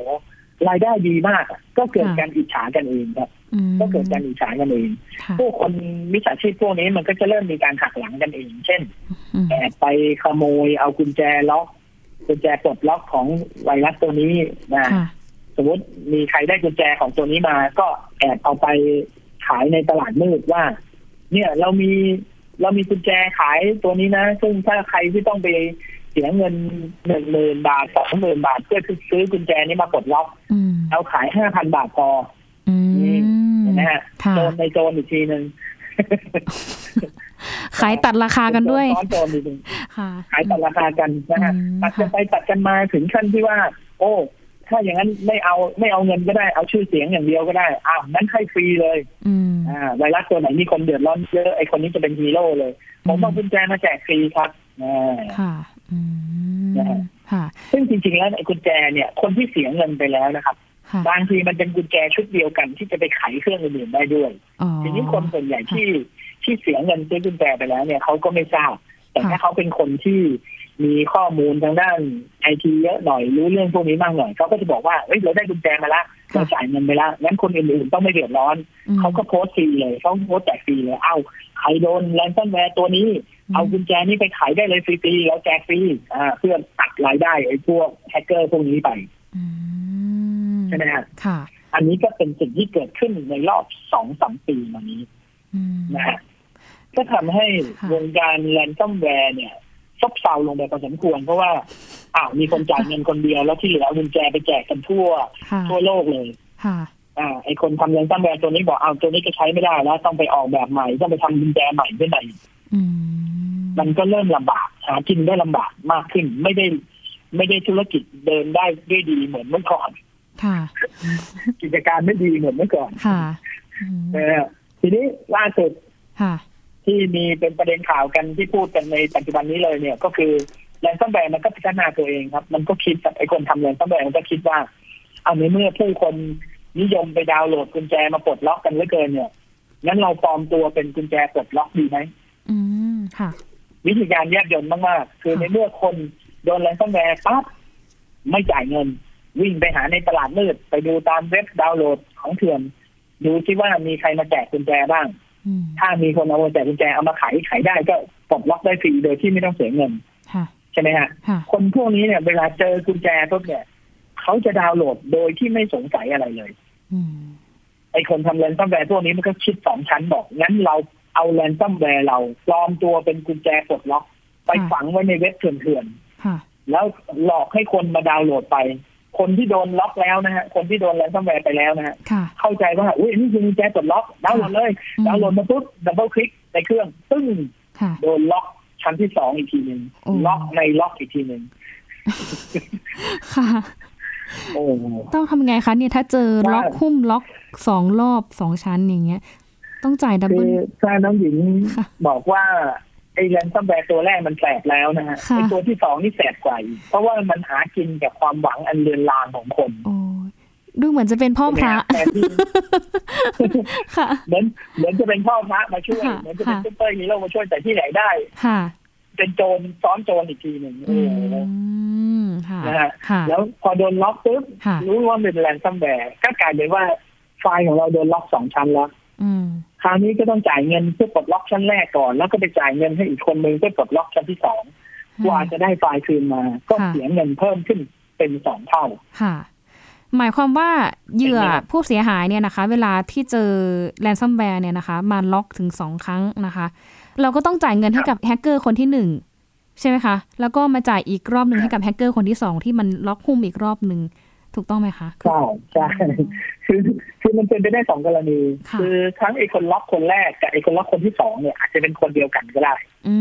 Speaker 2: รายได้ดีมากอะก็เกิด
Speaker 1: ค่ะ
Speaker 2: การอิจฉากันเองครับ
Speaker 1: อืม
Speaker 2: ก็เกิดการอิจฉากันเอง
Speaker 1: ค่ะ
Speaker 2: ผู้คนมิจฉาชีพพวกนี้มันก็จะเริ่มมีการหักหลังกันเอง เช่น
Speaker 1: อืม
Speaker 2: แอบไปขโมยเอากุญแจล็อก กุญแจปลดล็อกของไวรัสตัวนี้นะ
Speaker 1: ค่ะ
Speaker 2: สมมติมีใครได้กุญแจของตัวนี้มา ก็แอบเอาไปขายในตลาดมืดว่า เนี่ยเรามีเรามีกุญแจขายตัวนี้นะ ซึ่งถ้าใครที่ต้องไปเสียเงินหนึ่งหมื่นบาทสองหมื่นบาท เพื่อซื้อกุญแจนี้มาปลดล็อก
Speaker 1: อืม
Speaker 2: เอาขายห้าพันบาทพอ
Speaker 1: อืม
Speaker 2: เห็นไหมฮะ
Speaker 1: ค่ะ
Speaker 2: โจรในโจรอีกทีหนึ่ง
Speaker 1: ขายตัดราคากันด้วย
Speaker 2: ซ้อนโจรนิดนึง
Speaker 1: ค่ะ
Speaker 2: ขายตัดราคากันนะฮะ
Speaker 1: อืม
Speaker 2: ตัดกันไปตัดกันมาถึงขั้นที่ว่า โอ้ ถ้าอย่างนั้นไม่เอาไม่เอาเงินก็ได้เอาชื่อเสียงอย่างเดียวก็ได้อ้าวนั้นให้ฟรีเลย
Speaker 1: อืม
Speaker 2: อ่าไวรัสตัวไหนมีคนเดือดร้อนเยอะไอคนนี้จะเป็นฮีโร่เลย ผมเอากุญแจมาแจกฟรีครับอ่า
Speaker 1: ค่ะ อืม
Speaker 2: นะฮะ
Speaker 1: ค่ะ
Speaker 2: ซึ่งจริงๆแล้วไอกุญแจเนี่ยคนที่เสียเงินไปแล้วนะครับ
Speaker 1: ค่ะ
Speaker 2: บางทีมันเป็นกุญแจชุดเดียวกันที่จะไปไขเครื่องอื่นๆได้ด้วย
Speaker 1: อ๋อ
Speaker 2: ทีนี้คนส่วนใหญ่ที่ที่เสียเงินซื้อกุญแจไปแล้วเนี่ยเขาก็ไม่ทราบ แต่
Speaker 1: ค่ะ
Speaker 2: ถ้าเขาเป็นคนที่มีข้อมูลทางด้านไอทีเยอะหน่อยรู้เรื่องพวกนี้มากหน่อยเขาก็จะบอกว่าเอ้ยเราได้กุญแจมาละเราจ่ายเงินไปละงั้นคนอื่นๆต้องไม่เดือดร้อน
Speaker 1: อืม
Speaker 2: เขาก็โพสต์ฟรีเลยเขาโพสต์แจกฟรีเลยเอ้าใครโดนแรนซัมแวร์ตัวนี้ เอากุญแจนี้ไปขายได้เลยฟรีๆแล้วแจกฟรีอ่าเพื่อตัดรายได้ไอ้พวกแฮกเกอร์พวกนี้ไป
Speaker 1: อืม
Speaker 2: ใช่ไหมฮะ
Speaker 1: ค่ะ
Speaker 2: อันนี้ก็เป็นสิ่งที่เกิดขึ้นในรอบสองสามปีมานี้
Speaker 1: อืม
Speaker 2: นะฮะก็ทำให้
Speaker 1: ค่ะ
Speaker 2: วงการแ a นซัมแวร์เนี่ย ซบเซาลงไปพอสมควร เพราะว่าอ้าวมีคนจ่ายเงินคนเดียว แล้วที่เหลือเอากุญแจไปแจกกันทั่ว
Speaker 1: ค่ะ
Speaker 2: ทั่วโลกเลย
Speaker 1: ค่ะ
Speaker 2: อ่า ไอคนทำแ a นซัมแวร์ตัวนี้บอกเอาวตัวนี้ก็ใช้ไม่ได้แล้ว ต้องไปออกแบบใหม่ ต้องไปทำกุญแจใหม่ด้วยไหน
Speaker 1: อืม
Speaker 2: มันก็เริ่มลำบากหากินได้ลำบากมากขึ้น ไม่ได้ ไม่ได้ธุรกิจเดินได้ด้วยดีเหมือนเมื่อก่อน
Speaker 1: ค่ะ
Speaker 2: กิจการไม่ดีเหมือนเมื่อก่อน
Speaker 1: ค่ะอืม
Speaker 2: เออทีนี้ล่าสุด
Speaker 1: ค่ะ
Speaker 2: ที่มีเป็นประเด็นข่าวกันที่พูดกันในปัจจุบันนี้เลยเนี่ยก็คือ แลนด์ซัมแวร์มันก็พัฒนาตัวเองครับ มันก็คิดกับไอ้คนทำแลนด์ซัมแวร์มันก็คิดว่า เอาในเมื่อผู้คนนิยมไปดาวน์โหลดกุญแจมาปลดล็อกกันเหลือเกินเนี่ยงั้นเราปลอมตัวเป็นกุญแจปลดล็อกดีไหม
Speaker 1: อืมค่ะ
Speaker 2: วิธีการแยบยนต์มากๆ คือในเมื่อคนโดนแรงต้นแรงปั๊บไม่จ่ายเงิน วิ่งไปหาในตลาดมืด ไปดูตามเว็บดาวน์โหลดของเถื่อน ดูที่ว่ามีใครมาแจกกุญแจบ้าง
Speaker 1: อืม
Speaker 2: ถ้ามีคนเอามาแจกกุญแจเอามาขายขายได้ก็ปลดล็อกได้ฟรีโดยที่ไม่ต้องเสียเงิน
Speaker 1: ค่ะ
Speaker 2: ใช่ไหมฮะ
Speaker 1: ค่ะ
Speaker 2: คนพวกนี้เนี่ย เวลาเจอกุญแจปุ๊บเนี่ยเขาจะดาวน์โหลดโดยที่ไม่สงสัยอะไรเลย
Speaker 1: อืม
Speaker 2: ไอคนทำแรนซัมแวร์พวกนี้มันก็คิดสองชั้นบอกงั้นเราเอาแรนซัมแวร์เราปลอมตัวเป็นกุญแจปลดล็อก ไปฝังไว้ในเว็บเถื่อน
Speaker 1: ค่ะ
Speaker 2: ๆแล้วหลอกให้คนมาดาวน์โหลดไป คนที่โดนล็อกแล้วนะฮะคนที่โดนแรนซัมแวร์ไปแล้วนะฮะ
Speaker 1: ค่ะ
Speaker 2: เข้าใจว่าอุ้ยนี่คือกุญแจปลดล็อกดาวน์โหลดเลย
Speaker 1: อืม
Speaker 2: ดาวน์โหลดมาปุ๊บดับเบิลคลิกในเครื่องตึ้ง
Speaker 1: ค่ะ
Speaker 2: โดนล็อกชั้นที่สองอีกทีหนึ่ง
Speaker 1: โอ้
Speaker 2: ล็อกในล็อกอีกทีหนึ่ง
Speaker 1: ค่ะ
Speaker 2: โอ้โห
Speaker 1: ต้องทำไงคะเนี่ยถ้าเจอ
Speaker 2: ว่า
Speaker 1: ล็อกหุ้มล็อกสองรอบสองชั้นอย่างเงี้ย ต้องจ่ายดับ
Speaker 2: คื
Speaker 1: เบิล
Speaker 2: อถ้าน้องหญิง
Speaker 1: ค่ะ
Speaker 2: บอกว่าไอ้แรนซัมแวร์ตัวแรกมันแสบแล้วนะฮะไอ้ตัวที่สองนี่แสบกว่าอีกเพราะว่ามันหากินกับความหวังอันเลือนลางของคน
Speaker 1: โอ้ยดูเหมือนจะเป็นพ่อพระ
Speaker 2: ใช่ไหมฮแต่ที่
Speaker 1: ค่ะ
Speaker 2: เหมือนเหมือนจะเป็นพ่อพระมาช่วย
Speaker 1: ค่ะ
Speaker 2: เหมือนจะเป็น
Speaker 1: ค่ะ
Speaker 2: ซุปเปอร์ฮีโร่มาช่วยแต่ที่ไหนได้
Speaker 1: ค่ะ
Speaker 2: เป็นโจรซ้อนโจรอีกทีหนึ่ง
Speaker 1: อื
Speaker 2: โอ้โห
Speaker 1: ม ค่ะ
Speaker 2: นะฮะ
Speaker 1: ค่ะ
Speaker 2: แล้วพอโดนล็อกปุ๊บ
Speaker 1: ค่ะ
Speaker 2: รู้ว่าเป็นแรนซัมแวร์ก็กลายเป็นว่าไฟล์ของเราโดนล็อกสองชั้นแล้ว
Speaker 1: อืม
Speaker 2: คราวนี้ก็ต้องจ่ายเงินเพื่อปลดล็อกชั้นแรกก่อน แล้วก็ไปจ่ายเงินให้อีกคนนึงเพื่อปลดล็อกชั้นที่สอง กว่าจะได้ไฟล์คืนมา ก็
Speaker 1: ค่ะ
Speaker 2: เสียเงินเพิ่มขึ้นเป็นสองเท่า
Speaker 1: ค่ะ หมายความว่าเหยื่อ
Speaker 2: เป็นไง
Speaker 1: ผู้เสียหายเนี่ยนะคะ เวลาที่เจอแ a นซัมแวร์เนี่ยนะคะ มาล็อกถึงสองครั้งนะคะ เราก็ต้องจ่ายเงินให้กับแฮกเกอร์คนที่หนึ่งใช่ไหมคะ แล้วก็มาจ่ายอีกรอบหนึ่งให้กับแฮกเกอร์คนที่สองที่มันล็อกหุ้มอีกรอบหนึ่งถูกต้องไหมคะ
Speaker 2: ใช่ใช่คือคือมันเป็นไปได้สองกรณี คือทั้งไอ้คนล็อกคนแรกกับไอ้คนล็อกคนที่สองเนี่ยอาจจะเป็นคนเดียวกันก็ได้
Speaker 1: อื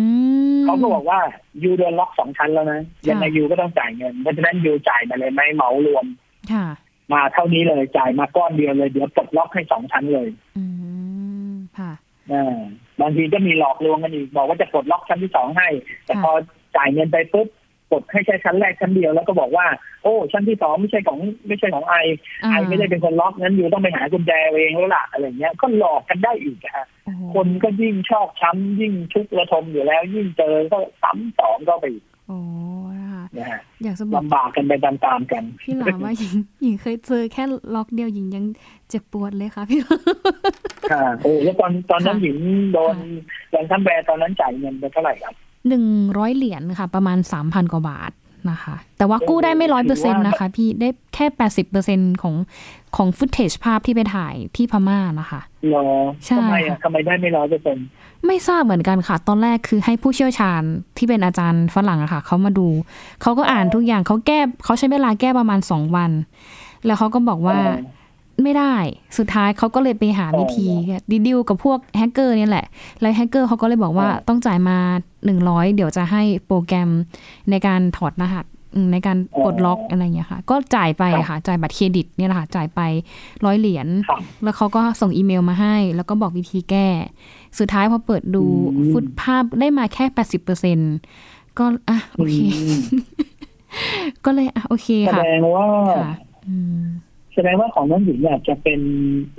Speaker 1: ม
Speaker 2: เขาก็บอกว่ายูโดนล็อกสองชั้นแล้วนะยังไง
Speaker 1: ค่ะ
Speaker 2: ยูก็ต้องจ่ายเงินเพราะฉะนั้นยูจ่ายมาเลยไหม่เหมารวม
Speaker 1: ค่ะ
Speaker 2: มาเท่านี้เลยจ่ายมาก้อนเดียวเลยเดี๋ยวปลดล็อกให้สองชั้นเลย
Speaker 1: อืม ค่ะ
Speaker 2: อ่าบางทีก็มีหลอกลวงกันอีกบอกว่าจะปลดล็อกชั้นที่สองให้ แต่
Speaker 1: ค่ะ
Speaker 2: พอจ่ายเงินไปปุ๊บปลดให้แค่ชั้นแรกชั้นเดียวแล้วก็บอกว่า โอ้ชั้นที่สองไม่ใช่ของไม่ใช่ของไอ
Speaker 1: อ่า
Speaker 2: ไอไม่ได้เป็นคนล็อกนั้นอยู่ต้องไปหากุญแจเองแล้วล่ะอะไรเงี้ยก็หลอกกันได้อีกอะฮะ
Speaker 1: โอ้โห
Speaker 2: คนก็ยิ่งชอกช้ำยิ่งทุกข์ระทมอยู่แล้ว ยิ่งเจอก็ซ้ำสองก็ไปอีก
Speaker 1: โอ้นะคะ
Speaker 2: นะฮะ
Speaker 1: อยากจะบอก
Speaker 2: ลำบากกันไปตามๆกัน
Speaker 1: พี่หลามว่าหญิงหญิงเคยเจอแค่ล็อกเดียวหญิงยังเจ็บปวดเลยค่ะพี่หลาม
Speaker 2: ค่ะโอ้แล้วตอนตอนนั้นหญิงโดน
Speaker 1: ค่ะ
Speaker 2: แรงทั้งแบร์ตอนนั้นจ่ายเงินไปเท่าไหร่ครับ
Speaker 1: หนึ่งร้อยเหรียญค่ะ ประมาณสามพันกว่าบาทนะคะ แต่ว่ากู้ได้ไม่ร้อยเปอร์เซ็นต์นะคะ พี่ได้แค่แปดสิบเปอร์เซ็นต์ของของฟุตเทจภาพที่ไปถ่ายที่พม่านะคะ
Speaker 2: รอ
Speaker 1: ใช่
Speaker 2: ทำไมอ่ะทำไมได้ไม่ร้อยเปอร์เซ็นต์
Speaker 1: ไม่ทราบเหมือนกันค่ะ ตอนแรกคือให้ผู้เชี่ยวชาญที่เป็นอาจารย์ฝรั่งอะค่ะเขามาดู เขาก็อ่านทุกอย่างเขาแก้เขาใช้เวลาแก้ประมาณสองวัน แล้วเขาก็บอกว่า
Speaker 2: เออ
Speaker 1: ไม่ได้ สุดท้ายเขาก็เลยไปหาวิธีดีดิวกับพวกแฮกเกอร์เนี่ยแหละ แล้วแฮกเกอร์เขาก็เลยบอกว่า
Speaker 2: อ๋อ
Speaker 1: ต้องจ่ายมา 100 เดี๋ยวจะให้โปรแกรมในการถอดรหัสอืมในการปลดล็อก
Speaker 2: อ๋ออ
Speaker 1: อะไรอย่างเงี้ยค่ะ ก็จ่ายไปอะค่ะ จ่ายบัตรเครดิตเนี่ยแหละค่ะ จ่ายไปร้อยเหรียญ
Speaker 2: ครับ
Speaker 1: แล้วเขาก็ส่งอีเมลมาให้ แล้วก็บอกวิธีแก้ สุดท้ายพอเปิดดู
Speaker 2: อืม
Speaker 1: ฟุตภาพได้มาแค่ 80%ก็อ่ะโอเค
Speaker 2: อืม
Speaker 1: ก็เลยอ่ะโอเค
Speaker 2: แส
Speaker 1: ค่ะ
Speaker 2: ดงว่า
Speaker 1: ค่ะอืม
Speaker 2: แสดงว่าของน้องหญิงเนี่ยจะเป็น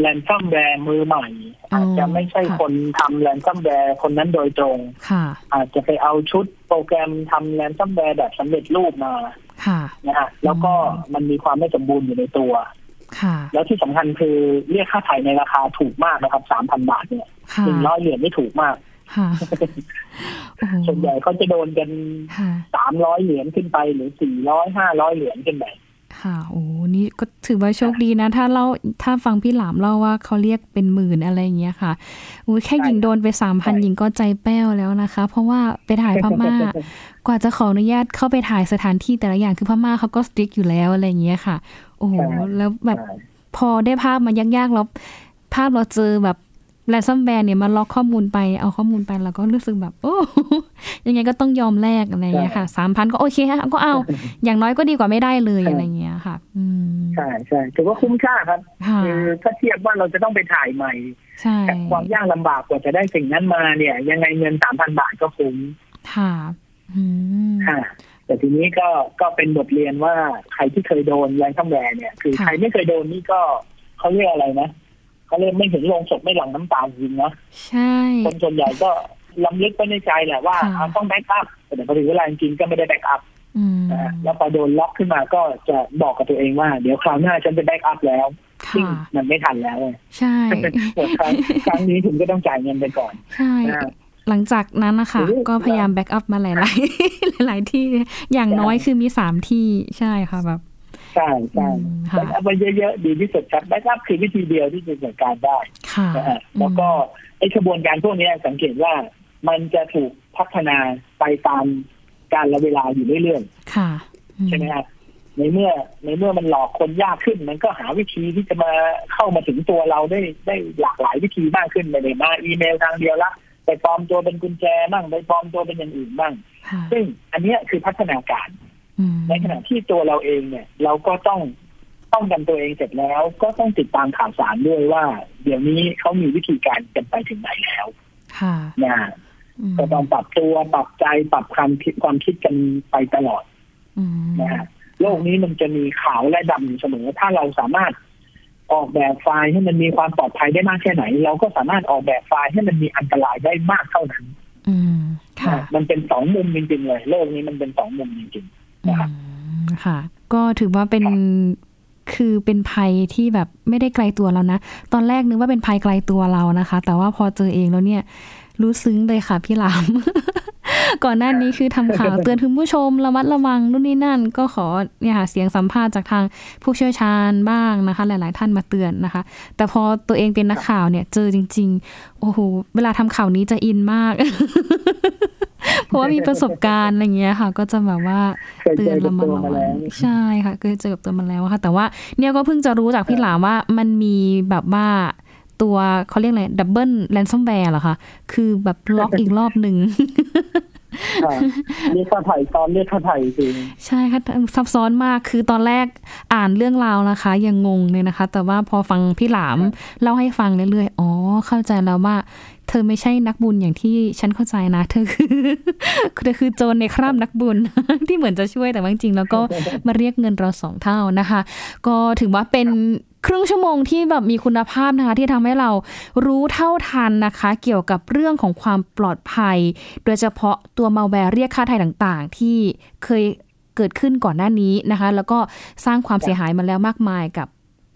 Speaker 2: แรนซัมแวร์มือใหม่
Speaker 1: อ๋ออ
Speaker 2: อาจจะไม่ใช่
Speaker 1: ค่ะ
Speaker 2: คนทำแรนซัมแวร์คนนั้นโดยตรง
Speaker 1: ค่ะ
Speaker 2: อาจจะไปเอาชุดโปรแกรมทำแรนซัมแวร์แบบสำเร็จรูปมา
Speaker 1: ค่ะ
Speaker 2: นะฮะแล้วก็มันมีความไม่สมบูรณ์อยู่ในตัว
Speaker 1: ค่ะ
Speaker 2: แล้วที่สำคัญคือเรียกค่าไถ่ในราคาถูกมากนะครับสามพันบาทเนี่ย
Speaker 1: ค่ะ
Speaker 2: หนึ่งร้อยเหรียญไม่ถูกมาก
Speaker 1: ค่ะ โอ้โห
Speaker 2: ส่วนใหญ่เขาจะโดนกัน
Speaker 1: ค่ะ
Speaker 2: สามร้อยเหรียญขึ้นไปหรือสี่ร้อยห้าร้อยเหรียญขึ้นไป
Speaker 1: ค่ะ โอ้โหนี่ก็ถือว่าโชคดีนะ ถ้าเล่า ถ้าฟังพี่หลามเล่าว่าเขาเรียกเป็นหมื่นอะไรอย่างเงี้ยค่ะอุ้ยแค่
Speaker 2: ใช่
Speaker 1: หญิงโดนไปสามพัน
Speaker 2: ใช่
Speaker 1: หญิงก็ใจแป้วแล้วนะคะ เพราะว่าไปถ่ายพม่า กว่าจะขออนุญาตเข้าไปถ่ายสถานที่แต่ละอย่างคือพม่าเขาก็สติ๊กอยู่แล้วอะไรอย่างเงี้ยค่ะ โอ้โห แล้วแบบ พอได้ภาพมายากๆแล้วภาพเราเจอแบบแรนซัมแวร์เนี่ยมาล็อกข้อมูลไปเอาข้อมูลไปเราก็รู้สึกแบบโอ้ ยังไงก็ต้องยอมแลกอะไรอย่างเงี้ยค่ะสามพันก็โอเคฮะก็ เอา อย่างน้อยก็ดีกว่าไม่ได้เลย
Speaker 2: ใช่
Speaker 1: อะไรอย่างเงี้ยค่ะ อืม
Speaker 2: ใช่ใช่ถือว่าคุ้มค่าครับ
Speaker 1: ค่ะ
Speaker 2: คือถ้าเทียบว่าเราจะต้องไปถ่ายใหม่
Speaker 1: ใช่
Speaker 2: กับความยากลำบากกว่าจะได้สิ่งนั้นมาเนี่ย ยังไงเงินสามพันบาทก็คุ้ม
Speaker 1: ค่ะอืม
Speaker 2: ค่ะ แต่ทีนี้ก็ก็เป็นบทเรียนว่าใครที่เคยโดนแรงข้ามแวร์เนี่ย คือ
Speaker 1: ค่ะ
Speaker 2: ใครไม่เคยโดนนี่ก็เขาเรียกอะไรนะเขาเรียกไม่เห็นโลงศพไม่หลั่งน้ำตาจริงนะ
Speaker 1: ใช่
Speaker 2: คนส่วนใหญ่ก็ลำลึกไปในใจแหละว่า
Speaker 1: ค่ะ
Speaker 2: อ่าต้องแบ็กอัพแต่พอถึงเวลาจริงๆก็ไม่ได้แบ็กอัพ
Speaker 1: อืม
Speaker 2: นะฮะแล้วพอโดนล็อกขึ้นมาก็จะบอกกับตัวเองว่า เดี๋ยวคราวหน้าฉันจะแบ็กอัพแล้วซึ่ง
Speaker 1: ค่ะ
Speaker 2: มันไม่ทันแล้วไง
Speaker 1: ใช่
Speaker 2: หม ดครั้งครั้งนี้ผมก็ต้องจ่ายเงินไปก่อน
Speaker 1: ใช่
Speaker 2: นะ
Speaker 1: หลังจากนั้นนะคะ
Speaker 2: โอ้โห
Speaker 1: ก็พยายามแบ็กอัพมาหลาย ๆ หลาย ๆ ที่ อย่างน้อย
Speaker 2: ใช่
Speaker 1: คือมีสามที่ใช่ค่ะแบบ
Speaker 2: ใช่ใช่
Speaker 1: อืมค่ะ
Speaker 2: แบ็กอัพไปเยอะๆ ดีที่สุดครับแบ็กอัพคือวิธีเดียวที่จะจัดการได้
Speaker 1: ค่ะ
Speaker 2: นะฮะแล้วก็ไอ้กระบวนการพวกนี้สังเกตว่ามันจะถูกพัฒนาไปตามการละเวลาอยู่เรื่อย
Speaker 1: ค่ะอื
Speaker 2: ๆ ใช่ไหมครับในเมื่อในเมื่อมันหลอกคนยากขึ้น มันก็หาวิธีที่จะมาเข้ามาถึงตัวเราได้ได้หลากหลายวิธีมากขึ้นไปเลยมาอีเมลทางเดียวละไปปลอมตัวเป็นกุญแจบ้างไปปลอมตัวเป็นอย่างอื่นบ้าง
Speaker 1: ค่ะ
Speaker 2: ซึ่งอันเนี้ยคือพัฒนาการ
Speaker 1: อืม
Speaker 2: ในขณะที่ตัวเราเองเนี่ย เราก็ต้องป้องกันตัวเองเสร็จแล้ว ก็ต้องติดตามข่าวสารด้วยว่า เดี๋ยวนี้เขามีวิธีการกันไปถึงไหนแล้ว
Speaker 1: ค่ะ
Speaker 2: นะ
Speaker 1: ม
Speaker 2: ก็ต้องปรับตัวปรับใจปรับความคิดความคิดกันไปตลอด
Speaker 1: อืม
Speaker 2: นะฮะโลกนี้มันจะมีขาวและดำอยู่เสมอ ถ้าเราสามารถออกแบบไฟล์ให้มันมีความปลอดภัยได้มากแค่ไหน เราก็สามารถออกแบบไฟล์ให้มันมีอันตรายได้มากเท่านั้น
Speaker 1: อืมค่ะ
Speaker 2: นะมันเป็นสองมุมจริงๆเลย โลกนี้มันเป็นสองมุมจริงๆนะครับ
Speaker 1: อืมค่ะ ก็ถือว่าเป็นคือเป็นภัยที่แบบไม่ได้ไกลตัวเรานะ ตอนแรกนึกว่าเป็นภัยไกลตัวเรานะคะ แต่ว่าพอเจอเองแล้วเนี่ย รู้ซึ้งเลยค่ะพี่หลาม ก่อนหน้านี้คือทำข่าว เตือนคุณผู้ชมระมัดระวังนู่นนี่นั่น ก็ขอเนี่ยค่ะเสียงสัมภาษณ์จากทางผู้เชี่ยวชาญบ้างนะคะ หลาย ๆ ท่านมาเตือนนะคะ แต่พอตัวเองเป็นนักข่าวเนี่ยเจอจริง ๆ โอ้โหเวลาทำข่าวนี้จะอินมาก เพราะว่ามีประสบการณ์อะไรอย่างเงี้ยค่ะ ก็จะแบบว่า
Speaker 2: เคยเจอกับตัวมาแล้ว
Speaker 1: ใช่ค่ะเคยเจอกับตัวมันแล้วค่ะ แต่ว่าเนี่ยก็เพิ่งจะรู้จากพี่หลามว่ามันมีแบบว่าตัวเขาเรียกอะไรดับเบิลแ n นซ o มแ a ร์เหรอคะ คือแบบล็อกอีกรอบหนึ่ง
Speaker 2: ค่ะเรียกข้าไผ่ตอนเรียกข้าไผ่จริง
Speaker 1: ใช่ค่ะซับซ้อนมากคือตอนแรกอ่านเรื่องราวนะคะ ยังงงเลยนะคะ แต่ว่าพอฟังพี่หลามเล่าให้ฟังเรื่อยๆอ๋อเข้าใจแล้วว่า เธอไม่ใช่นักบุญอย่างที่ฉันเข้าใจนะ เธอคือ เธอคือโจรในคราบนักบุญ ที่เหมือนจะช่วยแต่ว่าจริงๆแล้วก็ มาเรียกเงินเราสองเท่านะคะ ก็ถือว่าเป็นครึ่งชั่วโมงที่แบบมีคุณภาพนะคะ ที่ทำให้เรารู้เท่าทันนะคะ เกี่ยวกับเรื่องของความปลอดภัย โดยเฉพาะตัวมาแวร์เรียกค่าไทยต่างๆ ที่เคยเกิดขึ้นก่อนหน้านี้นะคะ แล้วก็สร้างความเสียหายมาแล้วมากมายกับ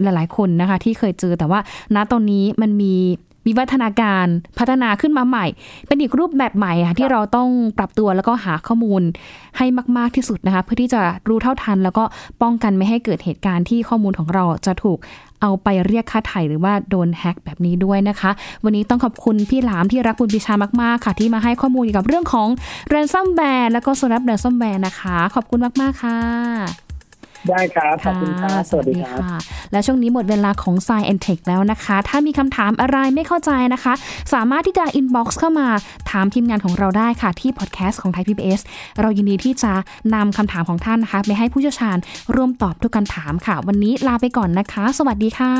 Speaker 1: หลายๆคนนะคะ ที่เคยเจอแต่ว่า ณตอนนี้มันมีวิวัฒนาการพัฒนาขึ้นมาใหม่ เป็นอีกรูปแบบใหม่ค่ะที่เราต้องปรับตัวแล้วก็หาข้อมูล ให้มาก ๆ ที่สุดนะคะ เพื่อที่จะรู้เท่าทัน แล้วก็ป้องกันไม่ให้เกิดเหตุการณ์ที่ข้อมูลของเราจะถูกเอาไปเรียกค่าไถ่หรือว่าโดนแฮ็กแบบนี้ด้วยนะคะ วันนี้ต้องขอบคุณพี่หลามที่รักบุญปิชามาก ๆ ค่ะ ที่มาให้ข้อมูลเกี่ยวกับเรื่องของแรนซัมแวร์แล้วก็โซนับแรนซัมแวร์นะคะ ขอบคุณมาก ๆ ค่ะ
Speaker 2: ได้ครับ ขอบคุณครับ สวัสดีครับ
Speaker 1: ค่ะ และช่วงนี้หมดเวลาของ s ซแอนเทคแล้วนะคะ ถ้ามีคำถามอะไรไม่เข้าใจนะคะ สามารถที่จะอินบ็อกซ์เข้ามาถามทีมงานของเราได้ค่ะ ที่พอดแคสต์ของไทย PBS เรายินดีที่จะนำคำถามของท่านนะคะ ไปให้ผู้เชี่ยวชาญร่วมตอบทุกคำถามค่ะ วันนี้ลาไปก่อนนะคะ สวัสดีค่ะ